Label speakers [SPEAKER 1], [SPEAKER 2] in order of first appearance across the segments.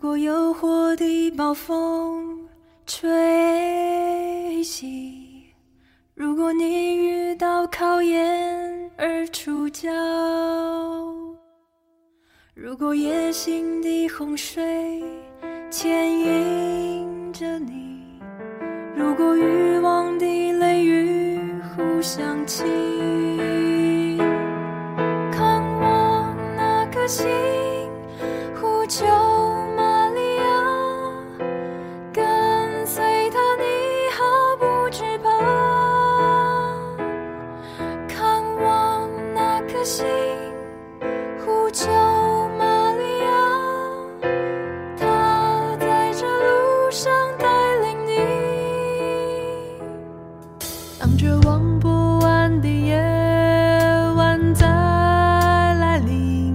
[SPEAKER 1] 过诱惑的暴风吹袭，如果你遇到考验而触礁，如果野性的洪水牵引着你，如果欲望的雷雨忽相侵，看我那颗心呼救玛利亚，跟随他，你毫不惧怕。看望那颗星，呼救玛利亚，他在这路上带领你。当绝望不安的夜晚再来临，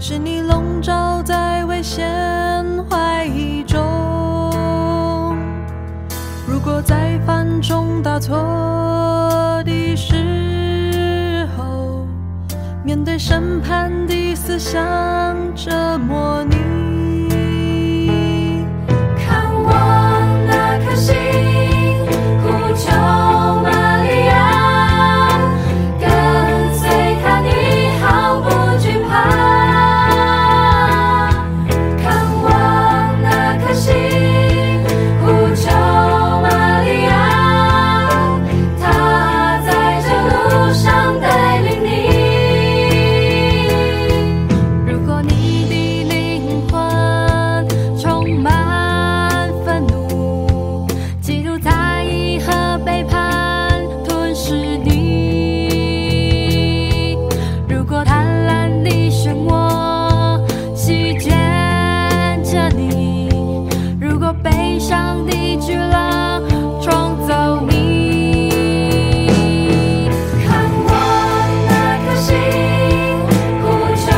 [SPEAKER 1] 是你笼罩在危险怀疑中。如果在犯重大错的时候，面对审判的思想折磨你，看我那颗心，呼求玛利亚，跟随他，你毫不惧怕。看我那颗心，呼求玛利亚，他在这路上带领你。如果你的灵魂充满愤怒，嫉妒、猜疑和背叛吞噬你；如果贪婪的漩涡席卷着你；如果悲伤的巨浪冲走你，看我那颗心，呼求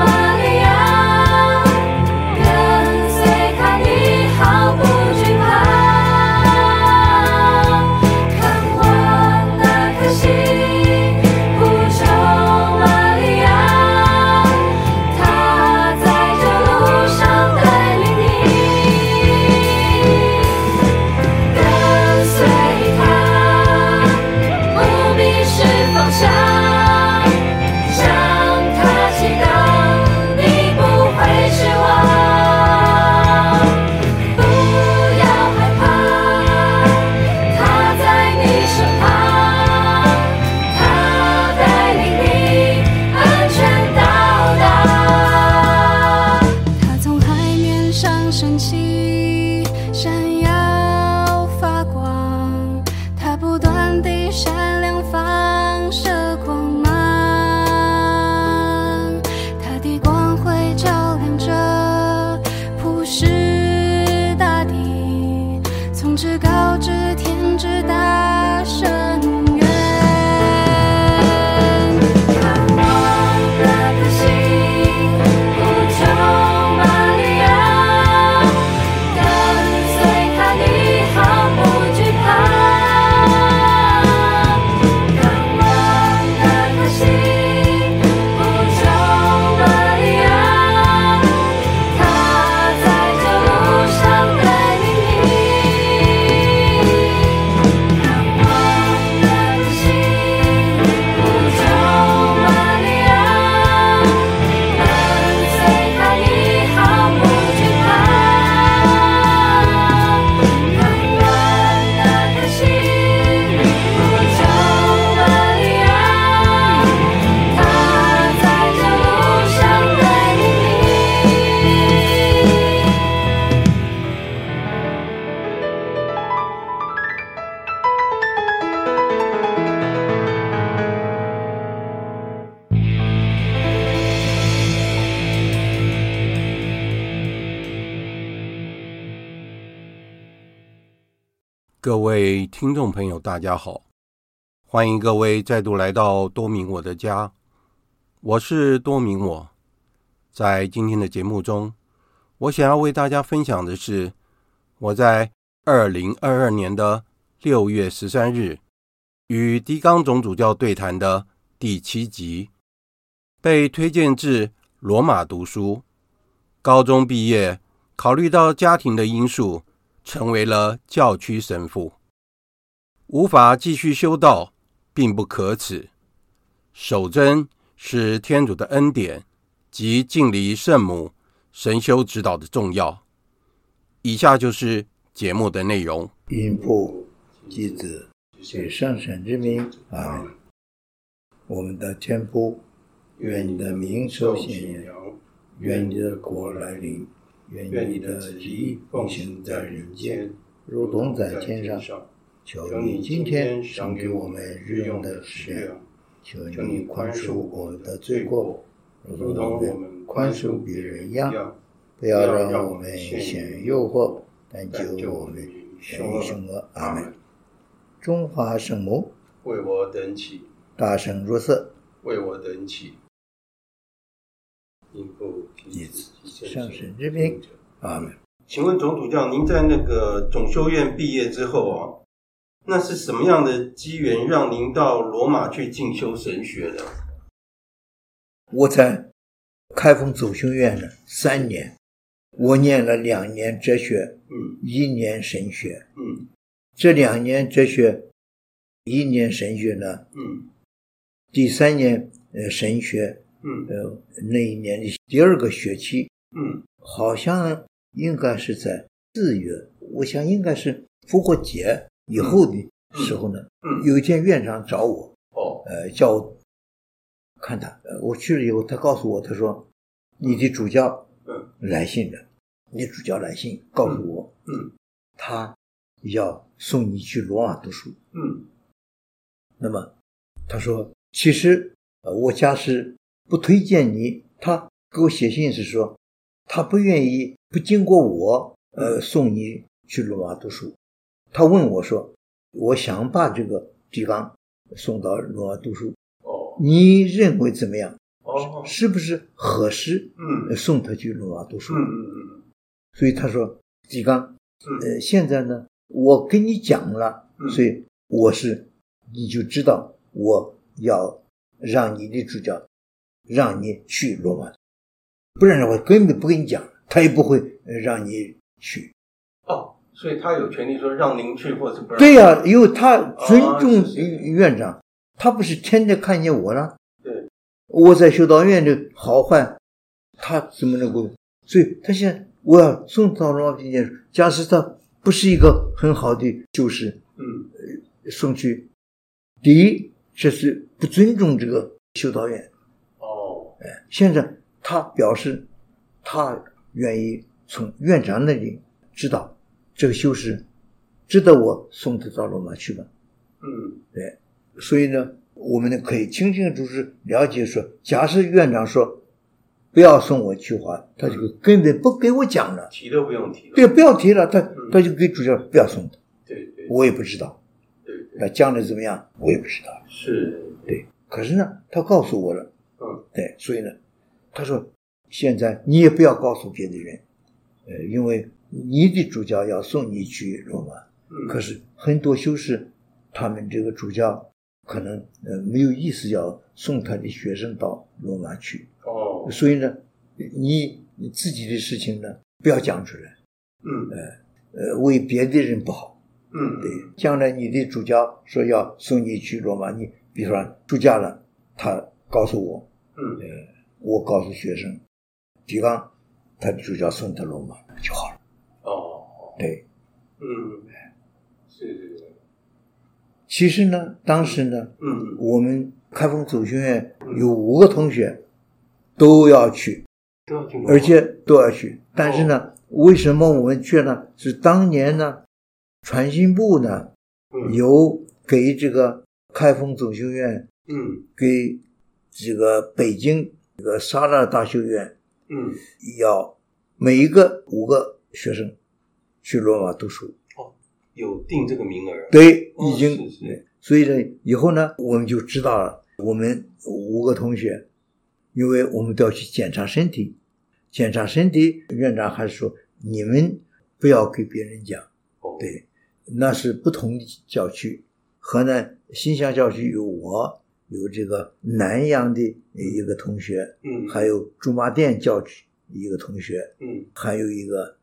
[SPEAKER 1] 玛利亚，跟随他，你毫不惧怕。看我那颗心，呼求玛利亚，他在这路上带领你，跟随他，不迷失方向，向他祈祷，你不会失望。不要害怕，他在你身旁，他带领你安全到达。他从海面上升起，闪耀发光。他不断地闪亮放射光芒，他的光辉照亮着普世大地，从至高至天之大深渊。看我那颗心，呼求玛利亚，跟随他，你毫不惧怕。看我那颗心，呼求玛利亚，他在这路上带领你。看我那颗心，呼求玛利亚，跟随他，你毫不惧怕。看我那颗心，呼求玛利亚，他在这路上带领你。
[SPEAKER 2] 各位听众朋友，大家好，欢迎各位再度来到多明我的家，我是多明我。在今天的节目中，我想要为大家分享的是我在二零二二年的六月十三日与狄刚总主教对谈的第七集，被推荐至罗马读书。高中毕业考虑到家庭的因素，成为了教区神父，无法继续修道，并不可耻。守贞是天主的恩典及敬礼圣母、神修指导的重要。以下就是节目的内容。
[SPEAKER 3] 因父及子及圣神之名，阿门。我们的天父，愿你的名受显扬，愿你的国来临，愿你的旨意奉行在人间，如同在天上。求你今天赏给我们日用的食粮，求你宽恕我们的罪过，如同我们宽恕别人一样。不要让我们陷于诱惑，但救我们免于凶恶。阿门。中华圣母，
[SPEAKER 4] 为我等起，
[SPEAKER 3] 大圣若瑟，
[SPEAKER 4] 为我等起。因父
[SPEAKER 3] 及
[SPEAKER 4] 及
[SPEAKER 3] 子
[SPEAKER 4] 子
[SPEAKER 3] 及
[SPEAKER 4] 及
[SPEAKER 3] 圣
[SPEAKER 4] 圣
[SPEAKER 3] 神
[SPEAKER 4] 神
[SPEAKER 3] 之
[SPEAKER 4] 之
[SPEAKER 3] 名
[SPEAKER 4] 名。
[SPEAKER 3] 阿门。
[SPEAKER 2] 请问总主教，您在那个总修院毕业之后啊，那是什么样的机缘让您到罗马去进修神学的？
[SPEAKER 3] 我在开封总修院呢三年，我念了两年哲学，
[SPEAKER 2] 嗯
[SPEAKER 3] 一年神学。
[SPEAKER 2] 嗯
[SPEAKER 3] 这两年哲学，一年神学呢，
[SPEAKER 2] 嗯
[SPEAKER 3] 第三年呃神学
[SPEAKER 2] 嗯
[SPEAKER 3] 呃那一年的第二个学期，
[SPEAKER 2] 嗯
[SPEAKER 3] 好像应该是在四月，我想应该是复活节以后的时候呢，
[SPEAKER 2] 嗯，
[SPEAKER 3] 有一天院长找我，
[SPEAKER 2] 哦，
[SPEAKER 3] 呃，叫我看他。呃我去了以后，他告诉我，他说你的主教
[SPEAKER 2] 嗯
[SPEAKER 3] 来信了，你主教来信告诉我，
[SPEAKER 2] 嗯
[SPEAKER 3] 他要送你去罗马读书。
[SPEAKER 2] 嗯
[SPEAKER 3] 那么他说，其实呃我家是不推荐你。他给我写信是说，他不愿意不经过我呃送你去罗马读书。他问我说，我想把这个提纲送到罗马读书，
[SPEAKER 2] 哦
[SPEAKER 3] 你认为怎么样？
[SPEAKER 2] 哦，
[SPEAKER 3] 是不是合适
[SPEAKER 2] 嗯
[SPEAKER 3] 呃送他去罗马读书？
[SPEAKER 2] 嗯嗯
[SPEAKER 3] 所以他说：“季刚，
[SPEAKER 2] 嗯
[SPEAKER 3] 呃，现在呢，我跟你讲了，
[SPEAKER 2] 嗯
[SPEAKER 3] 所以我是，你就知道我要让你的主教，让你去罗马，不然我根本不跟你讲，他也不会呃让你去。
[SPEAKER 2] 哦，所以他有权利说让您去，或是不让。
[SPEAKER 3] 对呀、因为他尊重
[SPEAKER 2] 啊是是
[SPEAKER 3] 院长，他不是天天看见我了。
[SPEAKER 2] 对，
[SPEAKER 3] 我在修道院的好坏，他怎么能够？所以他现在我要送到罗马去念书，假使他不是一个很好的修士，
[SPEAKER 2] 嗯
[SPEAKER 3] 送去，第一这是不尊重这个修道院。
[SPEAKER 2] 哦
[SPEAKER 3] 现在他表示，他愿意从院长那里知道这个修士，值得我送他到罗马去吧。
[SPEAKER 2] 嗯
[SPEAKER 3] 所以呢，我们呢可以清清楚楚了解说，假设院长说不要送我去华，他就根本不给我讲
[SPEAKER 4] 嗯
[SPEAKER 3] 了，
[SPEAKER 2] 提都不用提了。
[SPEAKER 3] 对，不要提了，他他就给主教不要送他，
[SPEAKER 2] 对对
[SPEAKER 3] 我也不知道，
[SPEAKER 2] 对对，
[SPEAKER 3] 那将来怎么样我也不知道。
[SPEAKER 2] 是
[SPEAKER 3] 可是呢，他告诉我了，
[SPEAKER 2] 嗯
[SPEAKER 3] 对，所以呢，他说现在你也不要告诉别的人，呃，因为你的主教要送你去罗马，
[SPEAKER 2] 嗯，
[SPEAKER 3] 可是很多修士，他们这个主教可能呃没有意思要送他的学生到罗马去，
[SPEAKER 2] 哦
[SPEAKER 3] 所以呢，你你自己的事情呢不要讲出来，
[SPEAKER 2] 嗯
[SPEAKER 3] 呃，为别的人不好。
[SPEAKER 2] 嗯
[SPEAKER 3] 对，将来你的主教说要送你去罗马，你比方说出家了，他告诉我，
[SPEAKER 2] 嗯
[SPEAKER 3] 我告诉学生，比方他的主教送他罗马就好了。
[SPEAKER 2] 哦
[SPEAKER 3] 对，
[SPEAKER 2] 嗯是是
[SPEAKER 3] 其实呢，当时呢，
[SPEAKER 2] 嗯
[SPEAKER 3] 我们开封总学院有五个同学都要去，
[SPEAKER 2] 都要去罗马
[SPEAKER 3] 而且都要去。但是呢，为什么我们去呢？是当年呢，传信部呢
[SPEAKER 2] 嗯
[SPEAKER 3] 有给这个开封总学院
[SPEAKER 2] 嗯
[SPEAKER 3] 给这个北京这个沙拉大学院
[SPEAKER 2] 嗯
[SPEAKER 3] 要每一个五个学生去罗马读书。
[SPEAKER 2] 有定这个名额。
[SPEAKER 3] 对，
[SPEAKER 2] 哦
[SPEAKER 3] 已经、
[SPEAKER 2] 是是
[SPEAKER 3] 对所以呢，以后呢，我们就知道了，我们五个同学，因为我们都要去检查身体，检查身体，院长还是说你们不要给别人讲，
[SPEAKER 2] 哦
[SPEAKER 3] 对，那是不同的教区。河南新乡教区有我，有这个南阳的一个同学，
[SPEAKER 2] 嗯
[SPEAKER 3] 还有驻马店教区一个同学，
[SPEAKER 2] 嗯
[SPEAKER 3] 还有一个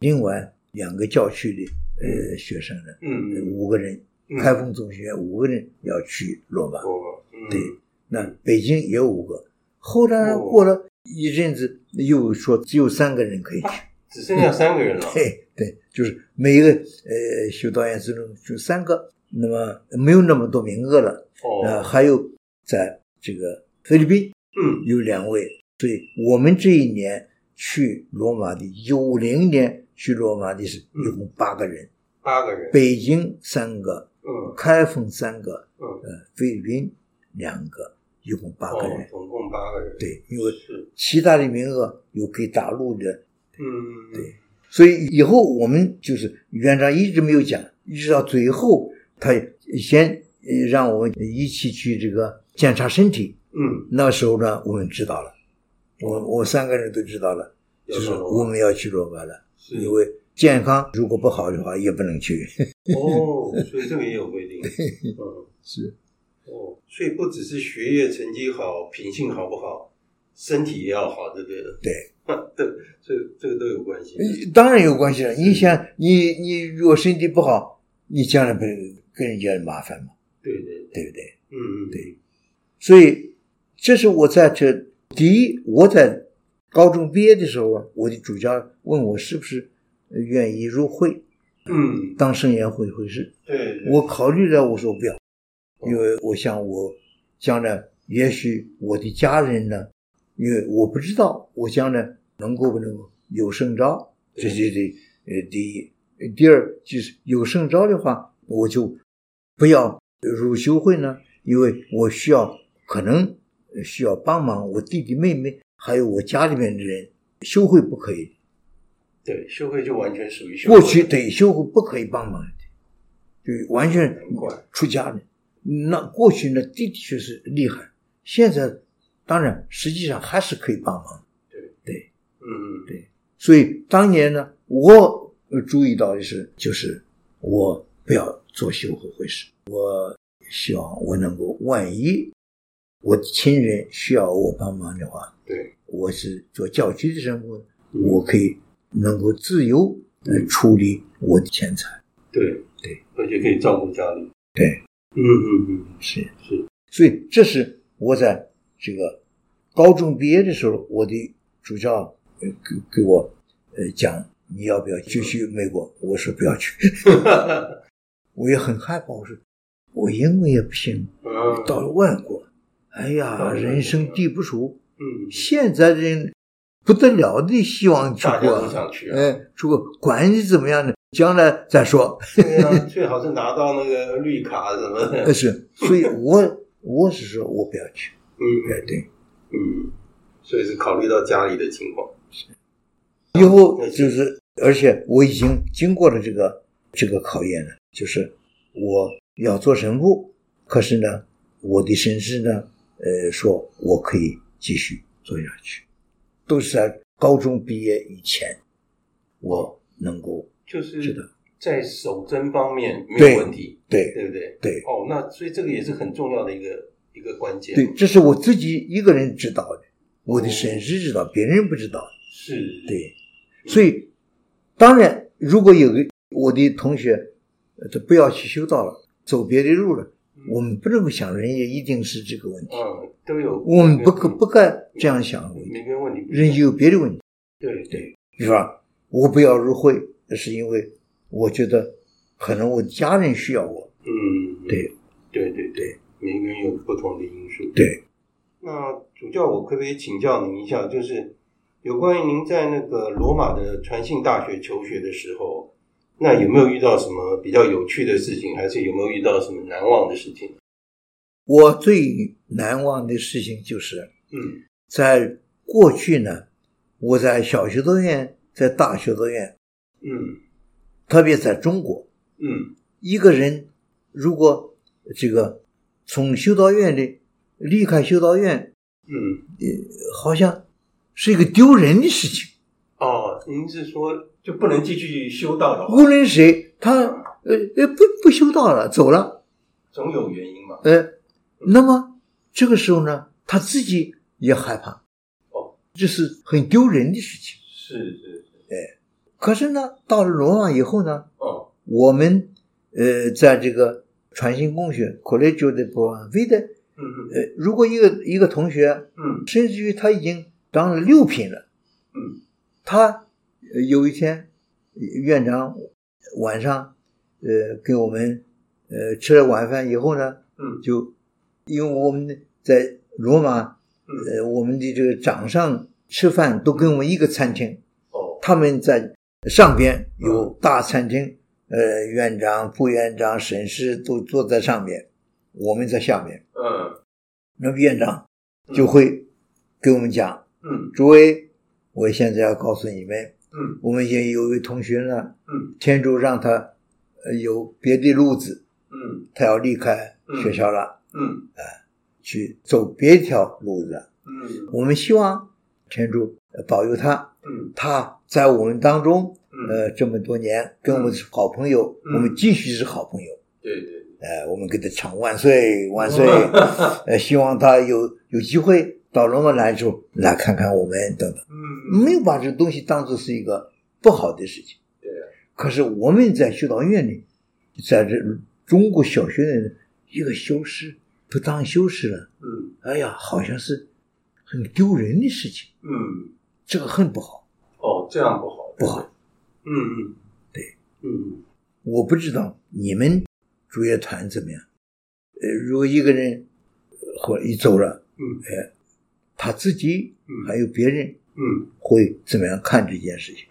[SPEAKER 3] 另外两个教区的呃学生呢，
[SPEAKER 4] 嗯嗯
[SPEAKER 3] 五个人，
[SPEAKER 4] 嗯
[SPEAKER 3] 开封中学院五个人要去罗马，
[SPEAKER 4] 我嗯
[SPEAKER 3] 对，那北京也有五个。后来
[SPEAKER 4] 哦
[SPEAKER 3] 呢过了一阵子，又说只有三个人可以 去。
[SPEAKER 4] 只剩下三个人了，
[SPEAKER 3] 对对，就是每一个呃修道院之中就三个，那么没有那么多名额了。呃，
[SPEAKER 4] 哦，
[SPEAKER 3] 还有在这个菲律宾
[SPEAKER 4] 嗯
[SPEAKER 3] 有两位，所以我们这一年去罗马的，一九五零年去罗马的是
[SPEAKER 4] 嗯
[SPEAKER 3] 一共八个人，
[SPEAKER 4] 八个人，
[SPEAKER 3] 北京三个，
[SPEAKER 4] 嗯
[SPEAKER 3] 开封三个，
[SPEAKER 4] 嗯，
[SPEAKER 3] 呃，菲律宾两个，一共八个
[SPEAKER 4] 哦
[SPEAKER 3] 人，。
[SPEAKER 4] 总共八个人，，
[SPEAKER 3] 对，因为
[SPEAKER 4] 是，
[SPEAKER 3] 其他的名额有给大陆的
[SPEAKER 4] 嗯对，
[SPEAKER 3] 所以以后我们就是院长一直没有讲，一直到最后，他先呃让我们一起去这个检查身体。
[SPEAKER 4] 嗯，
[SPEAKER 3] 那时候呢，我们知道了，我我三个人都知道了，
[SPEAKER 4] 要
[SPEAKER 3] 就是
[SPEAKER 4] 到罗马
[SPEAKER 3] 我们要去罗马了，
[SPEAKER 4] 是
[SPEAKER 3] 因为健康如果不好的话也不能去。
[SPEAKER 4] 哦，所以这个也 有规定，嗯
[SPEAKER 3] 是，
[SPEAKER 4] 哦，所以不只是学业成绩好，品性好不好，身体也要好，就对了，
[SPEAKER 3] 对，嗯
[SPEAKER 4] 这这这个都有关系，
[SPEAKER 3] 当然有关系了。你想，你你如果身体不好，你将来不是跟人家麻烦嘛，
[SPEAKER 4] 对对，
[SPEAKER 3] 对不对？
[SPEAKER 4] 嗯嗯
[SPEAKER 3] 对，所以这是我在这第一，我在高中毕业的时候啊，我的主教问我是不是愿意入会
[SPEAKER 4] 嗯，
[SPEAKER 3] 当圣言会会士，
[SPEAKER 4] 对，哦对
[SPEAKER 3] 我考虑了，我说不要，因为我想我将来也许我的家人呢，因为我不知道我将来能够不能够有圣召，这是第呃第一，呃第二就是有圣召的话，我就不要入修会呢，因为我需要可能呃需要帮忙我弟弟妹妹还有我家里面的人，修会不可以，
[SPEAKER 4] 对，修会就完全属于修会
[SPEAKER 3] 过去对修会不可以帮忙的，对，完全出家的。那过去呢，的确是厉害，现在当然实际上还是可以帮忙。
[SPEAKER 4] 嗯嗯，对，
[SPEAKER 3] 所以当年呢，我呃注意到的是，就是我不要做修和会事，我希望我能够，万一我的亲人需要我帮忙的话，
[SPEAKER 4] 对，
[SPEAKER 3] 我是做教区的人物，
[SPEAKER 4] 嗯
[SPEAKER 3] 我可以能够自由来处理我的钱财。
[SPEAKER 4] 对
[SPEAKER 3] 对，
[SPEAKER 4] 而且可以照顾家里，
[SPEAKER 3] 对，
[SPEAKER 4] 嗯嗯嗯，
[SPEAKER 3] 是
[SPEAKER 4] 是，
[SPEAKER 3] 所以这是我在这个高中毕业的时候，我的主教呃给给我呃讲你要不要继续美国，我说不要去， 我也很害怕，我说我英文也不行，
[SPEAKER 4] 嗯，
[SPEAKER 3] 到了外国，哎呀，
[SPEAKER 4] 嗯
[SPEAKER 3] 人生地不熟，
[SPEAKER 4] 嗯，
[SPEAKER 3] 现在的人不得了的希望出
[SPEAKER 4] 大家都
[SPEAKER 3] 国，
[SPEAKER 4] 想去啊，
[SPEAKER 3] 哎，出国管你怎么样呢，将来再说。
[SPEAKER 4] 对啊， 最好是拿到那个绿卡什么
[SPEAKER 3] 但
[SPEAKER 4] 的，
[SPEAKER 3] 呃是，所以我我是说我不要去，哎
[SPEAKER 4] 嗯，
[SPEAKER 3] 对。
[SPEAKER 4] 嗯，所以是考虑到家里的情况，
[SPEAKER 3] 以后就是，而且我已经经过了这个这个考验了，就是我要做神父，可是呢，我的神师呢，呃，说我可以继续做下去，都是在高中毕业以前，我能够
[SPEAKER 4] 就是
[SPEAKER 3] 的
[SPEAKER 4] 是在守贞方面没
[SPEAKER 3] 对
[SPEAKER 4] 有问题，
[SPEAKER 3] 对
[SPEAKER 4] 对不对？
[SPEAKER 3] 对
[SPEAKER 4] 哦，那所以这个也是很重要的一个一个关键，
[SPEAKER 3] 对，，这是我自己一个人知道的，我的神师知道，别人不知道。
[SPEAKER 4] 是，，
[SPEAKER 3] 对，所以当然，如果有个我的同学，呃他不要去修道了，走别的路了，我们不能够想人家一定是这个问题，
[SPEAKER 4] 嗯，都有，
[SPEAKER 3] 我们不可不该这样想问题，
[SPEAKER 4] 每个人问题不一样，
[SPEAKER 3] 人有别的问题，
[SPEAKER 4] 对对，
[SPEAKER 3] 比方我不要入会，是因为我觉得可能我家人需要我，
[SPEAKER 4] 嗯，嗯
[SPEAKER 3] 对
[SPEAKER 4] 对对对，每个人有不同的因素。
[SPEAKER 3] 对，
[SPEAKER 4] 那主教，我可不可以请教您一下，就是有关于您在那个罗马的传信大学求学的时候，那有没有遇到什么比较有趣的事情，还是有没有遇到什么难忘的事情？
[SPEAKER 3] 我最难忘的事情就是
[SPEAKER 4] 嗯
[SPEAKER 3] 在过去呢，我在小学道院，在大学道院，
[SPEAKER 4] 嗯
[SPEAKER 3] 特别在中国。
[SPEAKER 4] 嗯
[SPEAKER 3] 一个人如果这个从修道院里离开修道院，
[SPEAKER 4] 嗯，
[SPEAKER 3] 好像是一个丢人的事情。
[SPEAKER 4] 哦，您是说就不能继续修道了
[SPEAKER 3] 无论谁，他呃呃不不修道了，走了，
[SPEAKER 4] 总有原因嘛？
[SPEAKER 3] 呃，那么这个时候呢，他自己也害怕
[SPEAKER 4] 哦，
[SPEAKER 3] 这是很丢人的事情。
[SPEAKER 4] 是是是，
[SPEAKER 3] 可是呢，到了罗马以后呢，
[SPEAKER 4] 哦，
[SPEAKER 3] 我们呃，在这个传信共学 （Collegio de Buona Vita），
[SPEAKER 4] 嗯嗯
[SPEAKER 3] 呃，如果一个一个同学，
[SPEAKER 4] 嗯
[SPEAKER 3] 甚至于他已经当了六品了，
[SPEAKER 4] 嗯，
[SPEAKER 3] 他呃有一天呃院长晚上呃给我们呃吃了晚饭以后呢，
[SPEAKER 4] 嗯
[SPEAKER 3] 就因为我们在罗马，
[SPEAKER 4] 嗯，
[SPEAKER 3] 呃，我们的这个掌上吃饭都跟我们一个餐厅，
[SPEAKER 4] 哦，
[SPEAKER 3] 他们在上边有大餐厅，呃，院长、副院长、沈师都坐在上面，我们在下面。
[SPEAKER 4] 嗯
[SPEAKER 3] 那么院长就会给我们讲，
[SPEAKER 4] 嗯
[SPEAKER 3] 诸位，我现在要告诉你们，
[SPEAKER 4] 嗯
[SPEAKER 3] 我们也有一位同学呢，
[SPEAKER 4] 嗯
[SPEAKER 3] 天主让他呃有别的路子，
[SPEAKER 4] 嗯
[SPEAKER 3] 他要离开学校了，
[SPEAKER 4] 嗯
[SPEAKER 3] 去走别条路子了。
[SPEAKER 4] 嗯
[SPEAKER 3] 我们希望天主呃保佑他，
[SPEAKER 4] 嗯
[SPEAKER 3] 他在我们当中，
[SPEAKER 4] 嗯，
[SPEAKER 3] 呃，这么多年跟我们是好朋友，
[SPEAKER 4] 嗯
[SPEAKER 3] 我们继续是好朋友。
[SPEAKER 4] 对对，
[SPEAKER 3] 呃，我们给他唱万岁万 岁，呃，希望他有有机会到罗马来住来看看我们等等，
[SPEAKER 4] 嗯
[SPEAKER 3] 没有把这东西当做是一个不好的事情。
[SPEAKER 4] 对啊
[SPEAKER 3] 可是我们在修道院里，在这中国小学里，一个修士不当修士了，
[SPEAKER 4] 嗯
[SPEAKER 3] 哎呀，好像是很丢人的事情，
[SPEAKER 4] 嗯，
[SPEAKER 3] 这个很不好。
[SPEAKER 4] 哦，这样不好，
[SPEAKER 3] 不好，
[SPEAKER 4] 嗯嗯，对，嗯
[SPEAKER 3] 我不知道你们主乐团怎么样，呃，如果一个人呃或一走了，
[SPEAKER 4] 嗯
[SPEAKER 3] 他自己
[SPEAKER 4] 嗯
[SPEAKER 3] 还有别人
[SPEAKER 4] 嗯，
[SPEAKER 3] 会怎么样看这件事情。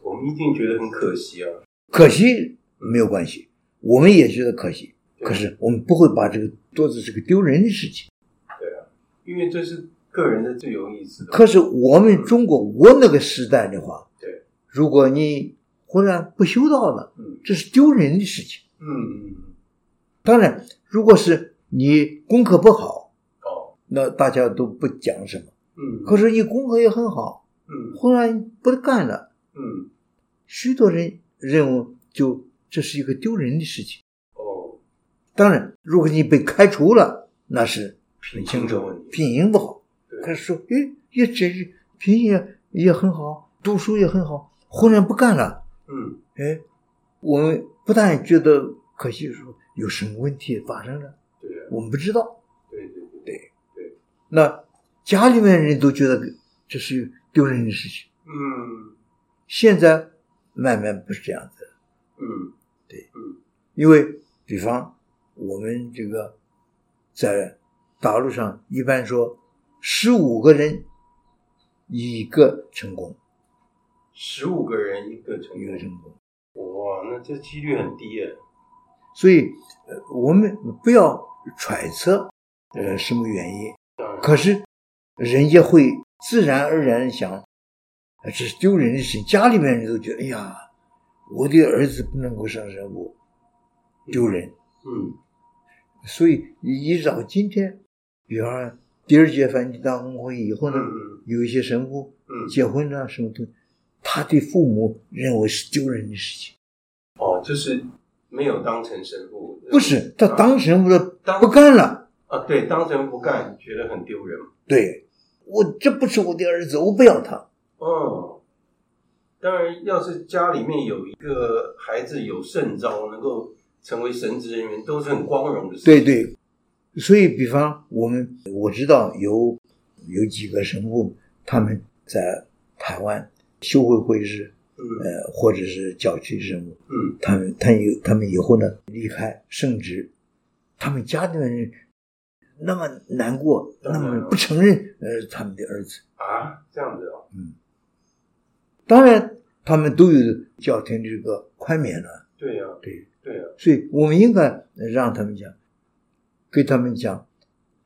[SPEAKER 4] 我们一定觉得很可惜啊，
[SPEAKER 3] 可惜没有关系，我们也觉得可惜，
[SPEAKER 4] 对
[SPEAKER 3] 可是我们不会把这个做作是个丢人的事情。
[SPEAKER 4] 因为这是个人的自由意志的，
[SPEAKER 3] 可是我们中国，我那个时代的话，
[SPEAKER 4] 对，
[SPEAKER 3] 如果你忽然不修道了，
[SPEAKER 4] 嗯
[SPEAKER 3] 这是丢人的事情。
[SPEAKER 4] 嗯嗯，
[SPEAKER 3] 当然，如果是你功课不好，
[SPEAKER 4] 哦，
[SPEAKER 3] 那大家都不讲什么。
[SPEAKER 4] 嗯，
[SPEAKER 3] 可是你功课也很好，
[SPEAKER 4] 嗯
[SPEAKER 3] 忽然不干了，
[SPEAKER 4] 嗯，
[SPEAKER 3] 许多人认为就这是一个丢人的事情。
[SPEAKER 4] 哦，
[SPEAKER 3] 当然，如果你被开除了，那是
[SPEAKER 4] 品行的问题，
[SPEAKER 3] 品行不好。可
[SPEAKER 4] 对，
[SPEAKER 3] 是说，哎，也真是品行也也很好，读书也很好，忽然不干了，
[SPEAKER 4] 嗯
[SPEAKER 3] 哎，我们不但觉得可惜，说有什么问题发生了，
[SPEAKER 4] 对啊，
[SPEAKER 3] 我们不知道。
[SPEAKER 4] 对对对对，
[SPEAKER 3] 那家里面人都觉得这是丢人的事情。
[SPEAKER 4] 嗯
[SPEAKER 3] 现在慢慢不是这样子了，
[SPEAKER 4] 嗯
[SPEAKER 3] 因为比方我们这个在大陆上一般说十五个人一个成功，
[SPEAKER 4] 十五个人一个成
[SPEAKER 3] 一个
[SPEAKER 4] 员，
[SPEAKER 3] 成功，
[SPEAKER 4] 哇，那这几率很低耶，
[SPEAKER 3] 所以呃我们不要揣测呃什么原因，可是人家会自然而然想，呃这是丢人的事情，家里面人都觉得哎呀，我的儿子不能够上神武，丢人。
[SPEAKER 4] 嗯
[SPEAKER 3] 所以一直到今天，比方说第二届梵蒂大公会以后
[SPEAKER 4] 嗯
[SPEAKER 3] 呢，
[SPEAKER 4] 嗯
[SPEAKER 3] 有一些神父
[SPEAKER 4] 嗯，
[SPEAKER 3] 结婚了、什么东西，他的父母认为是丢人的事情，
[SPEAKER 4] 哦，就是没有当成神父，
[SPEAKER 3] 不是他当神父了
[SPEAKER 4] 当
[SPEAKER 3] 不干了，
[SPEAKER 4] 啊，对，当成不干，觉得很丢人。
[SPEAKER 3] 对我这不是我的儿子，我不要他，嗯
[SPEAKER 4] 哦，当然，要是家里面有一个孩子有圣召，能够成为神职人员，都是很光荣的事。
[SPEAKER 3] 对，对，所以比方我们我知道有有几个神父他们在台湾修会会士，
[SPEAKER 4] 嗯
[SPEAKER 3] 呃，或者是教区神父，
[SPEAKER 4] 嗯
[SPEAKER 3] 他们他有他们以后呢离开圣职，他们家里面人那么难过，
[SPEAKER 4] 当
[SPEAKER 3] 那
[SPEAKER 4] 然了
[SPEAKER 3] 么不承认呃他们的儿子。
[SPEAKER 4] 啊，这样子哦，
[SPEAKER 3] 当然，他们都有教廷这个宽免了，
[SPEAKER 4] 对呀、
[SPEAKER 3] 对，
[SPEAKER 4] 对啊呀、
[SPEAKER 3] 所以我们应该让他们讲，给他们讲，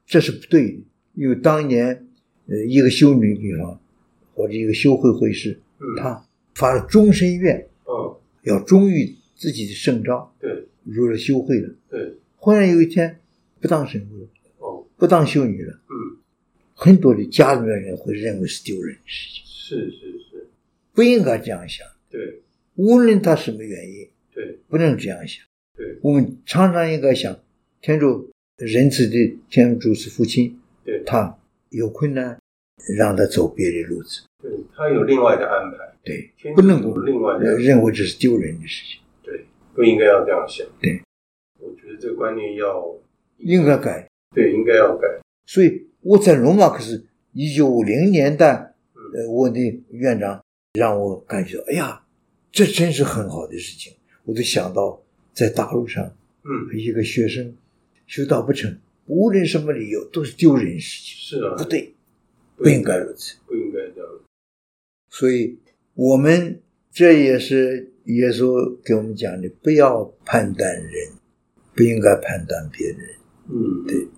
[SPEAKER 3] 这是不对的。因为当年呃一个修女，比方或者一个修会会士，
[SPEAKER 4] 嗯，
[SPEAKER 3] 他发了终身愿，
[SPEAKER 4] 嗯，
[SPEAKER 3] 要忠于自己的圣召，
[SPEAKER 4] 对
[SPEAKER 3] 入了修会了。
[SPEAKER 4] 对，
[SPEAKER 3] 忽然有一天不当神父了，
[SPEAKER 4] 哦，
[SPEAKER 3] 不当修女了，
[SPEAKER 4] 嗯，
[SPEAKER 3] 很多的家里面人会认为是丢人的事情，
[SPEAKER 4] 是是是，
[SPEAKER 3] 不应该这样想。
[SPEAKER 4] 对
[SPEAKER 3] 无论他什么原因，
[SPEAKER 4] 对
[SPEAKER 3] 不能这样想。
[SPEAKER 4] 对，
[SPEAKER 3] 我们常常应该想，天主仁慈的天主是父亲，
[SPEAKER 4] 对，
[SPEAKER 3] 他有困难，让他走别的路子。
[SPEAKER 4] 对他有另外的安排，
[SPEAKER 3] 对，
[SPEAKER 4] 天主
[SPEAKER 3] 不能够
[SPEAKER 4] 有另外的，
[SPEAKER 3] 认为这是丢人的事情，
[SPEAKER 4] 对，不应该要这样想。
[SPEAKER 3] 对，
[SPEAKER 4] 我觉得这个观念要
[SPEAKER 3] 应该改。
[SPEAKER 4] 对，应该要改。
[SPEAKER 3] 所以我在罗马可是一九五零年代，
[SPEAKER 4] 嗯
[SPEAKER 3] 呃，我的院长让我感觉到，哎呀，这真是很好的事情。我就想到在大陆上
[SPEAKER 4] 嗯，
[SPEAKER 3] 一个学生修道不成，无论什么理由都是丢人事情，
[SPEAKER 4] 是啊
[SPEAKER 3] 不，对，不应该如此。
[SPEAKER 4] 不应该这样。
[SPEAKER 3] 所以我们这也是耶稣给我们讲的，不要判断人，不应该判断别人。
[SPEAKER 4] 嗯，对，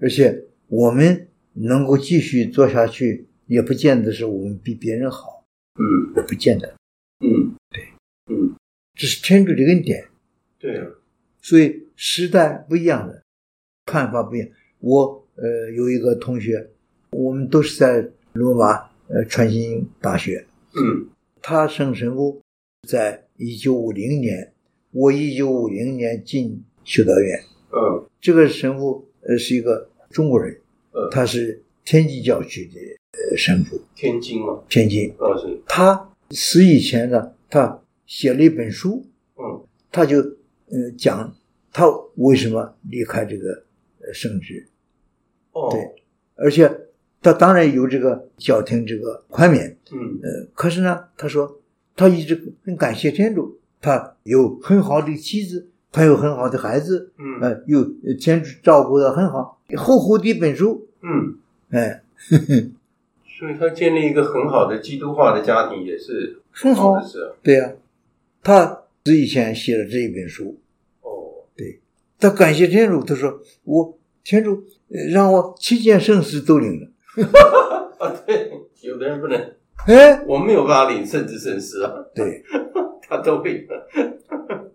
[SPEAKER 3] 而且我们能够继续做下去，也不见得是我们比别人好，
[SPEAKER 4] 嗯
[SPEAKER 3] 不见得，
[SPEAKER 4] 嗯，
[SPEAKER 3] 这是天主的恩典。
[SPEAKER 4] 对啊，
[SPEAKER 3] 所以时代不一样了，看法不一样。我呃有一个同学，我们都是在罗马呃传新大学，
[SPEAKER 4] 嗯
[SPEAKER 3] 他升神父，在一九五零年，我一九五零年进修道院。
[SPEAKER 4] 嗯
[SPEAKER 3] 这个神父呃是一个中国人
[SPEAKER 4] 嗯，
[SPEAKER 3] 他是天津教区的呃神父，
[SPEAKER 4] 天津嘛，
[SPEAKER 3] 天津。
[SPEAKER 4] 倒是，
[SPEAKER 3] 他死以前呢，他写了一本书，
[SPEAKER 4] 嗯
[SPEAKER 3] 他就呃讲他为什么离开这个呃圣职，
[SPEAKER 4] 哦，
[SPEAKER 3] 对而且他当然有这个教廷这个宽免，
[SPEAKER 4] 嗯
[SPEAKER 3] 呃，可是呢，他说他一直很感谢天主，他有很好的妻子，他有很好的孩子，
[SPEAKER 4] 嗯
[SPEAKER 3] 呃，有呃天主照顾的很好，厚厚的一本书，
[SPEAKER 4] 嗯，
[SPEAKER 3] 哎，
[SPEAKER 4] 所以他建立一个很好的基督化的家庭也是
[SPEAKER 3] 很好
[SPEAKER 4] 的，事啊。
[SPEAKER 3] 对呀、他死以前写了这一本书，
[SPEAKER 4] 哦，
[SPEAKER 3] 他感谢天主，他说我天主呃让我七件圣事都领了，
[SPEAKER 4] 啊，对，有的人不能，
[SPEAKER 3] 哎，
[SPEAKER 4] 我没有办法领圣职圣师啊，
[SPEAKER 3] 对，
[SPEAKER 4] 他都会。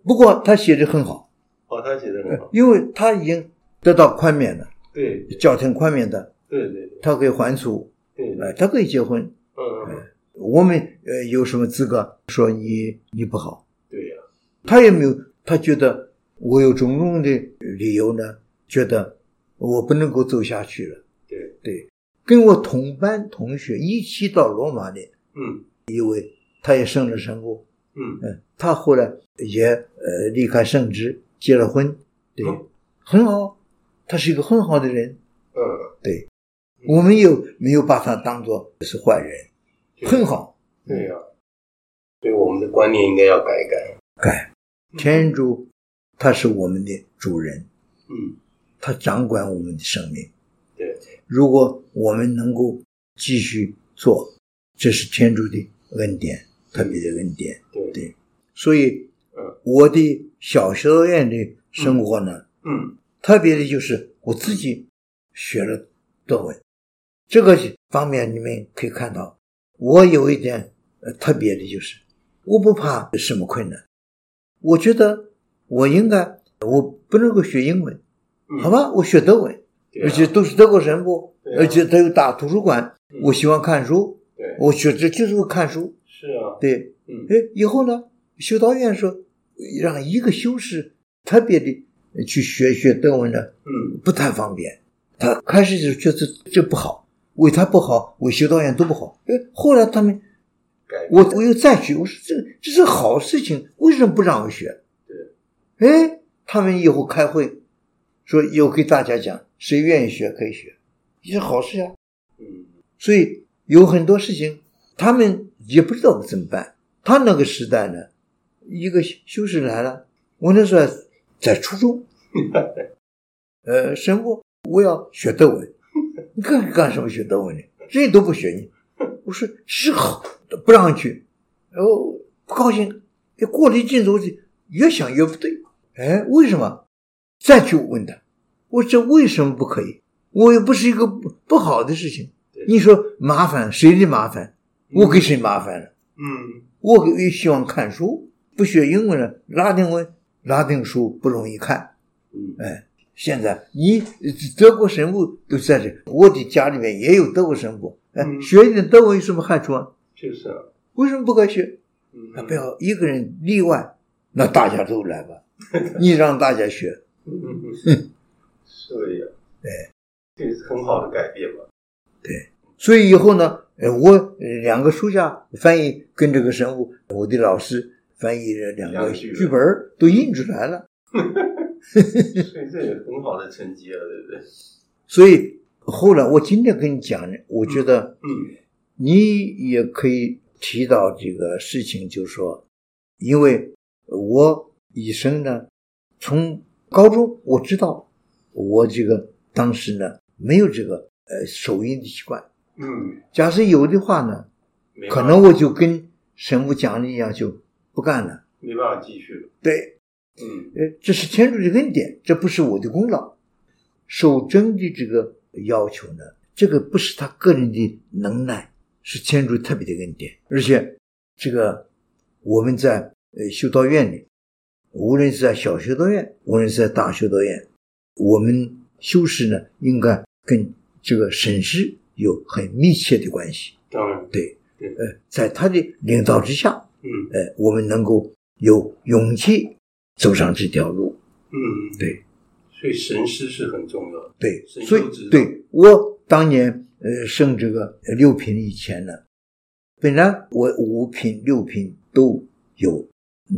[SPEAKER 3] 不过他写的很好，
[SPEAKER 4] 哦，他写的很好，
[SPEAKER 3] 因为他已经得到宽免了，
[SPEAKER 4] 对
[SPEAKER 3] 教廷宽免的，
[SPEAKER 4] 对对对
[SPEAKER 3] 他可以还俗，
[SPEAKER 4] 对，
[SPEAKER 3] 哎，他可以结婚。
[SPEAKER 4] 嗯，
[SPEAKER 3] 我们呃有什么资格说你你不好？
[SPEAKER 4] 对呀，
[SPEAKER 3] 他也没有，他觉得我有种种的理由呢，觉得我不能够走下去了。
[SPEAKER 4] 对，
[SPEAKER 3] 对，跟我同班同学一起到罗马的，
[SPEAKER 4] 嗯
[SPEAKER 3] 他也升了神父，
[SPEAKER 4] 嗯，
[SPEAKER 3] 嗯，他后来也呃离开圣职，结了婚，对，
[SPEAKER 4] 嗯
[SPEAKER 3] 很好，他是一个很好的人，
[SPEAKER 4] 嗯，
[SPEAKER 3] 我们又没有把他当做是坏人，很好。
[SPEAKER 4] 对呀，所以我们的观念应该要改一改。
[SPEAKER 3] 改天主，他是我们的主人，
[SPEAKER 4] 嗯，
[SPEAKER 3] 他掌管我们的生命。
[SPEAKER 4] 对，
[SPEAKER 3] 如果我们能够继续做，这是天主的恩典，特别的恩典。
[SPEAKER 4] 对
[SPEAKER 3] 对所以
[SPEAKER 4] 嗯，
[SPEAKER 3] 我的小学院的生活呢，
[SPEAKER 4] 嗯
[SPEAKER 3] 特别的就是我自己学了德文，这个方面你们可以看到，我有一点呃特别的就是，我不怕什么困难，我觉得我应该我不能够学英文，
[SPEAKER 4] 嗯，
[SPEAKER 3] 好，吧，我学德文，
[SPEAKER 4] 对啊
[SPEAKER 3] 而且都是德国神父
[SPEAKER 4] 对啊，
[SPEAKER 3] 而且他有大图书馆，我喜欢看书，
[SPEAKER 4] 对，
[SPEAKER 3] 我学这就是看书，
[SPEAKER 4] 是啊，
[SPEAKER 3] 对，
[SPEAKER 4] 嗯
[SPEAKER 3] 哎，以后呢，修道院说让一个修士特别的去学学德文呢。
[SPEAKER 4] 嗯
[SPEAKER 3] 不太方便。他开始就觉得这不好，为他不好，为修道院都不好。哎，后来他们，
[SPEAKER 4] 改
[SPEAKER 3] 我我又再去，我说这这是好事情，为什么不让我学？对，哎，他们以后开会说以后给大家讲，谁愿意学可以学，这是好事呀、
[SPEAKER 4] 嗯
[SPEAKER 3] 所以有很多事情他们也不知道怎么办。他那个时代呢，一个修士来了，我那时候在初中，呃，神父，我要学德文，你干干什么学德文呢？这些都不学你。我说是好，不让去，然后不高兴。过了一阵子，我就越想越不对，哎，为什么？再去问他，我这为什么不可以？我又不是一个不不好的事情
[SPEAKER 4] 对。
[SPEAKER 3] 你说麻烦谁的麻烦？我给谁麻烦了？
[SPEAKER 4] 嗯，
[SPEAKER 3] 我给希望看书，不学英文了，拉丁文、拉丁书不容易看。
[SPEAKER 4] 嗯
[SPEAKER 3] 哎，现在你呃德国神父都在这，我的家里面也有德国神父。哎，
[SPEAKER 4] 嗯
[SPEAKER 3] 学一点德文有什么害处啊？
[SPEAKER 4] 就是啊，
[SPEAKER 3] 为什么不该学？
[SPEAKER 4] 嗯
[SPEAKER 3] 啊那不要一个人例外，那大家都来 吧，你让大家学。
[SPEAKER 4] 嗯，是呀，
[SPEAKER 3] 对，
[SPEAKER 4] 这也是很好的改变嘛。
[SPEAKER 3] 对，所以以后呢，呃，我呃两个书架翻译跟这个神物，我的老师翻译了两
[SPEAKER 4] 两
[SPEAKER 3] 个
[SPEAKER 4] 个剧本
[SPEAKER 3] 剧本儿都印出来了。
[SPEAKER 4] 所以这也很好的成绩啊，对不对？
[SPEAKER 3] 所以后来我今天跟你讲，我觉得
[SPEAKER 4] 嗯
[SPEAKER 3] 你也可以提到这个事情，就说，因为我一生呢，从高中我知道，我这个当时呢没有这个呃手印的习惯。
[SPEAKER 4] 嗯，
[SPEAKER 3] 假设有的话呢，
[SPEAKER 4] 没
[SPEAKER 3] 可
[SPEAKER 4] 办法
[SPEAKER 3] 能我就跟神父讲的一样，就不干了。
[SPEAKER 4] 没办法继续了。
[SPEAKER 3] 对，
[SPEAKER 4] 嗯
[SPEAKER 3] 呃，这是天主的恩典，这不是我的功劳。守贞的这个要求呢，这个不是他个人的能耐，是天主特别的恩典。而且，这个我们在呃修道院里，无论是在小修道院，无论是在大修道院，我们修士呢，应该跟这个神师有很密切的关系。
[SPEAKER 4] 当然，
[SPEAKER 3] 对，
[SPEAKER 4] 对
[SPEAKER 3] 呃，在他的领导之下，
[SPEAKER 4] 嗯
[SPEAKER 3] 呃，我们能够有勇气走上这条路。
[SPEAKER 4] 嗯，
[SPEAKER 3] 对
[SPEAKER 4] 所以神师是很重要的。
[SPEAKER 3] 对，
[SPEAKER 4] 神
[SPEAKER 3] 所
[SPEAKER 4] 修之
[SPEAKER 3] 以
[SPEAKER 4] 道
[SPEAKER 3] 对我当年呃升这个呃六品以前呢，本来我五品六品都有，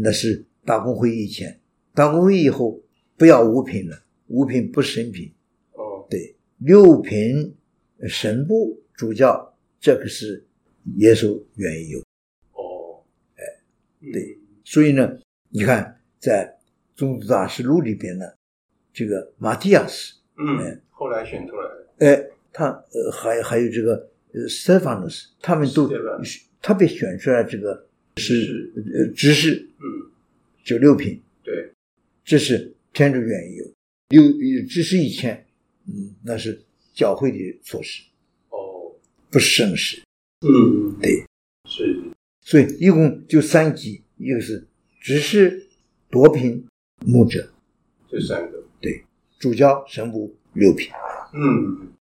[SPEAKER 3] 那是大公会以前，大公会以后不要五品了，五品不审品，
[SPEAKER 4] 哦，
[SPEAKER 3] 对，六品呃神部主教这个是耶稣原有。
[SPEAKER 4] 哦，哎，
[SPEAKER 3] 对，所以呢，你看在《宗主大师录》里边呢，这个马蒂亚斯，
[SPEAKER 4] 嗯，后来选出来的，
[SPEAKER 3] 哎，他呃还还有这个呃斯特法努斯，他们都
[SPEAKER 4] 对吧
[SPEAKER 3] 他被选出来这个是呃执事
[SPEAKER 4] 嗯，
[SPEAKER 3] 九六品，
[SPEAKER 4] 对，
[SPEAKER 3] 这是天主原有，有有执事以前，嗯，那是教会的措施，
[SPEAKER 4] 哦，
[SPEAKER 3] 不是圣事，
[SPEAKER 4] 嗯，
[SPEAKER 3] 对，
[SPEAKER 4] 是，
[SPEAKER 3] 所以一共就三级，一个是执事、夺品、牧者、
[SPEAKER 4] 这三个，
[SPEAKER 3] 主教、神父六品。
[SPEAKER 4] 嗯，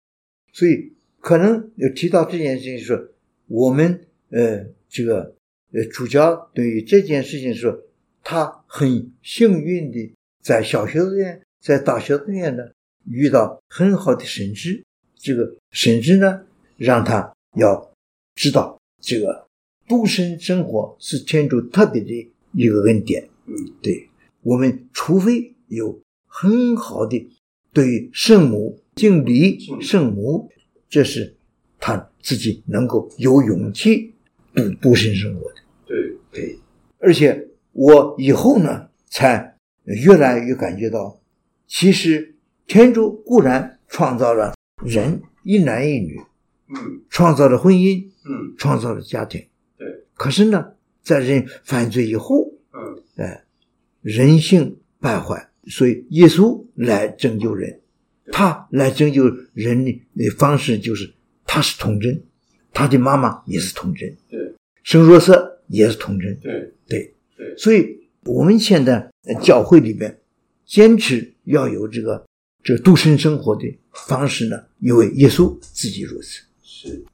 [SPEAKER 3] 所以可能有提到这件事情说，我们呃这个呃主教对于这件事情说，他很幸运的在小学院、在大学院呢遇到很好的神知，这个神知呢让他要知道这个独身生活是天主特别的一个恩典。
[SPEAKER 4] 嗯，
[SPEAKER 3] 对我们除非有很好的对于圣母敬礼
[SPEAKER 4] 敬礼
[SPEAKER 3] 圣母，这是他自己能够有勇气度独身生活的。
[SPEAKER 4] 对，对，
[SPEAKER 3] 而且我以后呢，才越来越感觉到，其实天主固然创造了人一男一女，
[SPEAKER 4] 嗯
[SPEAKER 3] 创造了婚姻，
[SPEAKER 4] 嗯
[SPEAKER 3] 创造了家庭。
[SPEAKER 4] 对，
[SPEAKER 3] 可是呢，在人犯罪以后，
[SPEAKER 4] 嗯，
[SPEAKER 3] 哎，人性败坏，所以耶稣来拯救人，他来拯救人的方式就是他是童真，他的妈妈也是童真，
[SPEAKER 4] 对，
[SPEAKER 3] 圣若瑟也是童真，
[SPEAKER 4] 对，
[SPEAKER 3] 对，
[SPEAKER 4] 对
[SPEAKER 3] 所以我们现在呃教会里边坚持要有这个这个独身生活的方式呢，因为耶稣自己如此，
[SPEAKER 4] 是，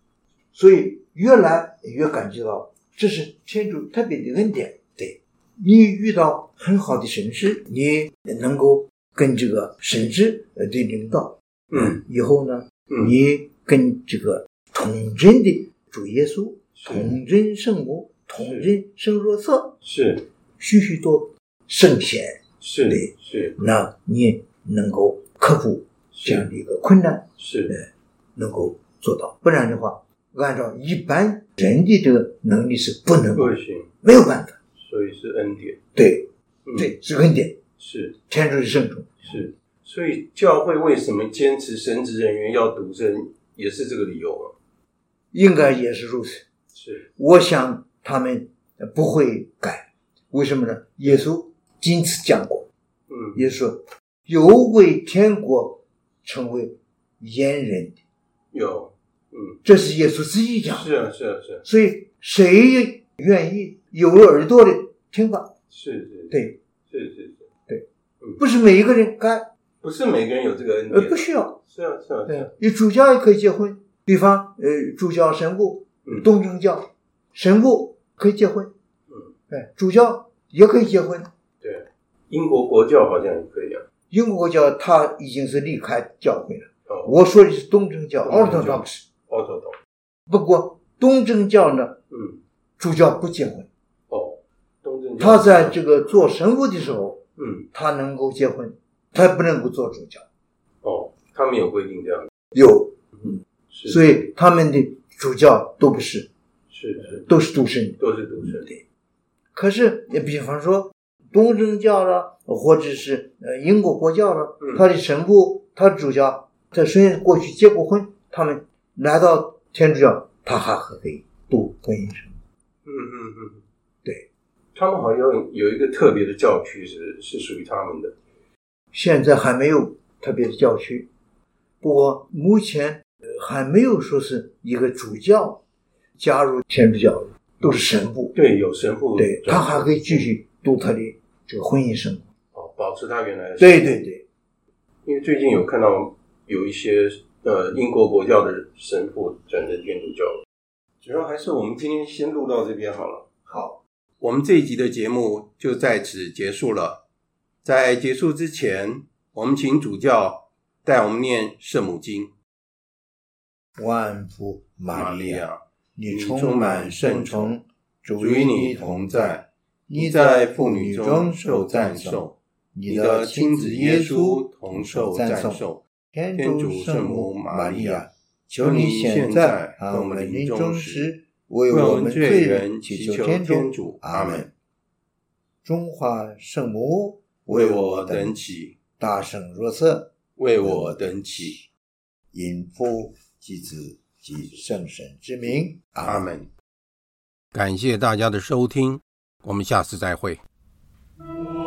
[SPEAKER 3] 所以越来越感觉到这是天主特别的恩典。对，你遇到很好的神师，你能够跟这个神师呃的领导，
[SPEAKER 4] 嗯
[SPEAKER 3] 以后呢，
[SPEAKER 4] 嗯，
[SPEAKER 3] 你跟这个童真的主耶稣、
[SPEAKER 4] 是
[SPEAKER 3] 童真圣母、童真圣若瑟，
[SPEAKER 4] 是
[SPEAKER 3] 许许多多圣贤，
[SPEAKER 4] 是
[SPEAKER 3] 对
[SPEAKER 4] 是
[SPEAKER 3] 那你能够克服这样
[SPEAKER 4] 是
[SPEAKER 3] 的一个困难，
[SPEAKER 4] 是，
[SPEAKER 3] 能够做到，不然的话，按照一般人的这个能力是不能，
[SPEAKER 4] 不行，
[SPEAKER 3] 没有办法。
[SPEAKER 4] 所以是恩典，
[SPEAKER 3] 对
[SPEAKER 4] 嗯，
[SPEAKER 3] 对，是恩典，
[SPEAKER 4] 是
[SPEAKER 3] 天主的圣宠。
[SPEAKER 4] 是，所以教会为什么坚持神职人员要独身，也是这个理由啊嘛？
[SPEAKER 3] 应该也是如此。
[SPEAKER 4] 是，
[SPEAKER 3] 我想他们不会改，为什么呢？耶稣今次讲过，
[SPEAKER 4] 嗯，
[SPEAKER 3] 耶稣说有为天国成为阉人的，
[SPEAKER 4] 有，嗯，
[SPEAKER 3] 这是耶稣自己讲的。
[SPEAKER 4] 是啊是啊是啊
[SPEAKER 3] 所以谁愿意有了耳朵的听吧？
[SPEAKER 4] 是是，，
[SPEAKER 3] 对，
[SPEAKER 4] 是是是，
[SPEAKER 3] 不是每一个人干，
[SPEAKER 4] 不是每个人有这个恩
[SPEAKER 3] 呃，
[SPEAKER 4] 典，
[SPEAKER 3] 不需要。
[SPEAKER 4] 是啊是啊是啊
[SPEAKER 3] 对，，你主教也可以结婚，比方呃，主教、神父
[SPEAKER 4] 嗯、
[SPEAKER 3] 东正教、神父可以结婚，
[SPEAKER 4] 嗯，
[SPEAKER 3] 哎，主教也可以结婚。
[SPEAKER 4] 对，英国国教好像也可以啊，
[SPEAKER 3] 英国教他已经是离开教会了，
[SPEAKER 4] 哦，
[SPEAKER 3] 我说的是东正教
[SPEAKER 4] 东正教
[SPEAKER 3] （Orthodox），
[SPEAKER 4] 我懂懂，
[SPEAKER 3] 不过东正教呢，
[SPEAKER 4] 嗯，
[SPEAKER 3] 主教不结婚，
[SPEAKER 4] 哦，东正教
[SPEAKER 3] 他在这个做神父的时候，
[SPEAKER 4] 嗯
[SPEAKER 3] 他能够结婚，他不能够做主教。
[SPEAKER 4] 哦，他们有规定这样，
[SPEAKER 3] 有，
[SPEAKER 4] 是
[SPEAKER 3] 所以他们的主教都不是，
[SPEAKER 4] 是是
[SPEAKER 3] 都是独身的。
[SPEAKER 4] 都是独身，
[SPEAKER 3] 可是，你比方说东正教了，或者是呃英国国教了
[SPEAKER 4] 嗯，
[SPEAKER 3] 他的神父、他的主教，他虽然过去结过婚，他们来到天主教，他还可以度婚姻生活。
[SPEAKER 4] 嗯嗯嗯，
[SPEAKER 3] 对，
[SPEAKER 4] 他们好像有一个特别的教区是是属于他们的，
[SPEAKER 3] 现在还没有特别的教区，不过目前呃还没有说是一个主教加入天主教，都是神父，
[SPEAKER 4] 对，有神父专门，
[SPEAKER 3] 对他还可以继续度他的这个婚姻生活。
[SPEAKER 4] 哦，保持他原来的，
[SPEAKER 3] 对对对，
[SPEAKER 4] 因为最近有看到有一些呃英国国教的神父转成天主教了，主要还是我们今天先录到这边好了。
[SPEAKER 3] 好，
[SPEAKER 2] 我们这一集的节目就在此结束了。在结束之前，我们请主教带我们念圣母经。
[SPEAKER 3] 万福玛利亚，你
[SPEAKER 2] 你
[SPEAKER 3] 充
[SPEAKER 2] 充
[SPEAKER 3] 满
[SPEAKER 2] 满
[SPEAKER 3] 圣
[SPEAKER 2] 圣
[SPEAKER 3] 宠
[SPEAKER 2] 宠，
[SPEAKER 3] 主
[SPEAKER 2] 主与
[SPEAKER 3] 与
[SPEAKER 2] 你
[SPEAKER 3] 你
[SPEAKER 2] 同
[SPEAKER 3] 同
[SPEAKER 2] 在
[SPEAKER 3] 在，，
[SPEAKER 2] 你
[SPEAKER 3] 你
[SPEAKER 2] 在
[SPEAKER 3] 在
[SPEAKER 2] 妇
[SPEAKER 3] 妇
[SPEAKER 2] 女
[SPEAKER 3] 女
[SPEAKER 2] 中
[SPEAKER 3] 中
[SPEAKER 2] 受
[SPEAKER 3] 受
[SPEAKER 2] 赞
[SPEAKER 3] 赞
[SPEAKER 2] 颂
[SPEAKER 3] 颂，，
[SPEAKER 2] 你
[SPEAKER 3] 你
[SPEAKER 2] 的
[SPEAKER 3] 的
[SPEAKER 2] 亲
[SPEAKER 3] 亲
[SPEAKER 2] 子
[SPEAKER 3] 子
[SPEAKER 2] 耶
[SPEAKER 3] 耶
[SPEAKER 2] 稣
[SPEAKER 3] 稣
[SPEAKER 2] 同
[SPEAKER 3] 同
[SPEAKER 2] 受
[SPEAKER 3] 受
[SPEAKER 2] 赞
[SPEAKER 3] 赞
[SPEAKER 2] 颂
[SPEAKER 3] 颂。
[SPEAKER 2] 天
[SPEAKER 3] 天
[SPEAKER 2] 主
[SPEAKER 3] 主
[SPEAKER 2] 圣
[SPEAKER 3] 圣
[SPEAKER 2] 母
[SPEAKER 3] 母
[SPEAKER 2] 玛
[SPEAKER 3] 玛
[SPEAKER 2] 利
[SPEAKER 3] 利
[SPEAKER 2] 亚
[SPEAKER 3] 亚，
[SPEAKER 2] 求
[SPEAKER 3] 求
[SPEAKER 2] 你
[SPEAKER 3] 你
[SPEAKER 2] 现
[SPEAKER 3] 现
[SPEAKER 2] 在
[SPEAKER 3] 在
[SPEAKER 2] 和
[SPEAKER 3] 和
[SPEAKER 2] 我
[SPEAKER 3] 我
[SPEAKER 2] 们
[SPEAKER 3] 们
[SPEAKER 2] 临
[SPEAKER 3] 临
[SPEAKER 2] 终
[SPEAKER 3] 终
[SPEAKER 2] 时
[SPEAKER 3] 时，为
[SPEAKER 2] 我
[SPEAKER 3] 我
[SPEAKER 2] 们
[SPEAKER 3] 们
[SPEAKER 2] 罪
[SPEAKER 3] 罪
[SPEAKER 2] 人
[SPEAKER 3] 人
[SPEAKER 2] 祈
[SPEAKER 3] 祈
[SPEAKER 2] 求
[SPEAKER 3] 求
[SPEAKER 2] 天
[SPEAKER 3] 天
[SPEAKER 2] 主
[SPEAKER 3] 主。
[SPEAKER 2] 阿
[SPEAKER 3] 阿
[SPEAKER 2] 门
[SPEAKER 3] 门。中华圣母，
[SPEAKER 2] 为
[SPEAKER 3] 为
[SPEAKER 2] 我
[SPEAKER 3] 我
[SPEAKER 2] 等
[SPEAKER 3] 等
[SPEAKER 2] 起，
[SPEAKER 3] 大圣若瑟，
[SPEAKER 2] 为我等起。
[SPEAKER 3] 因父及子及圣神之名，
[SPEAKER 2] 阿
[SPEAKER 3] 阿门。
[SPEAKER 2] 门。感谢大家的收听，我们下次再会。
[SPEAKER 1] 我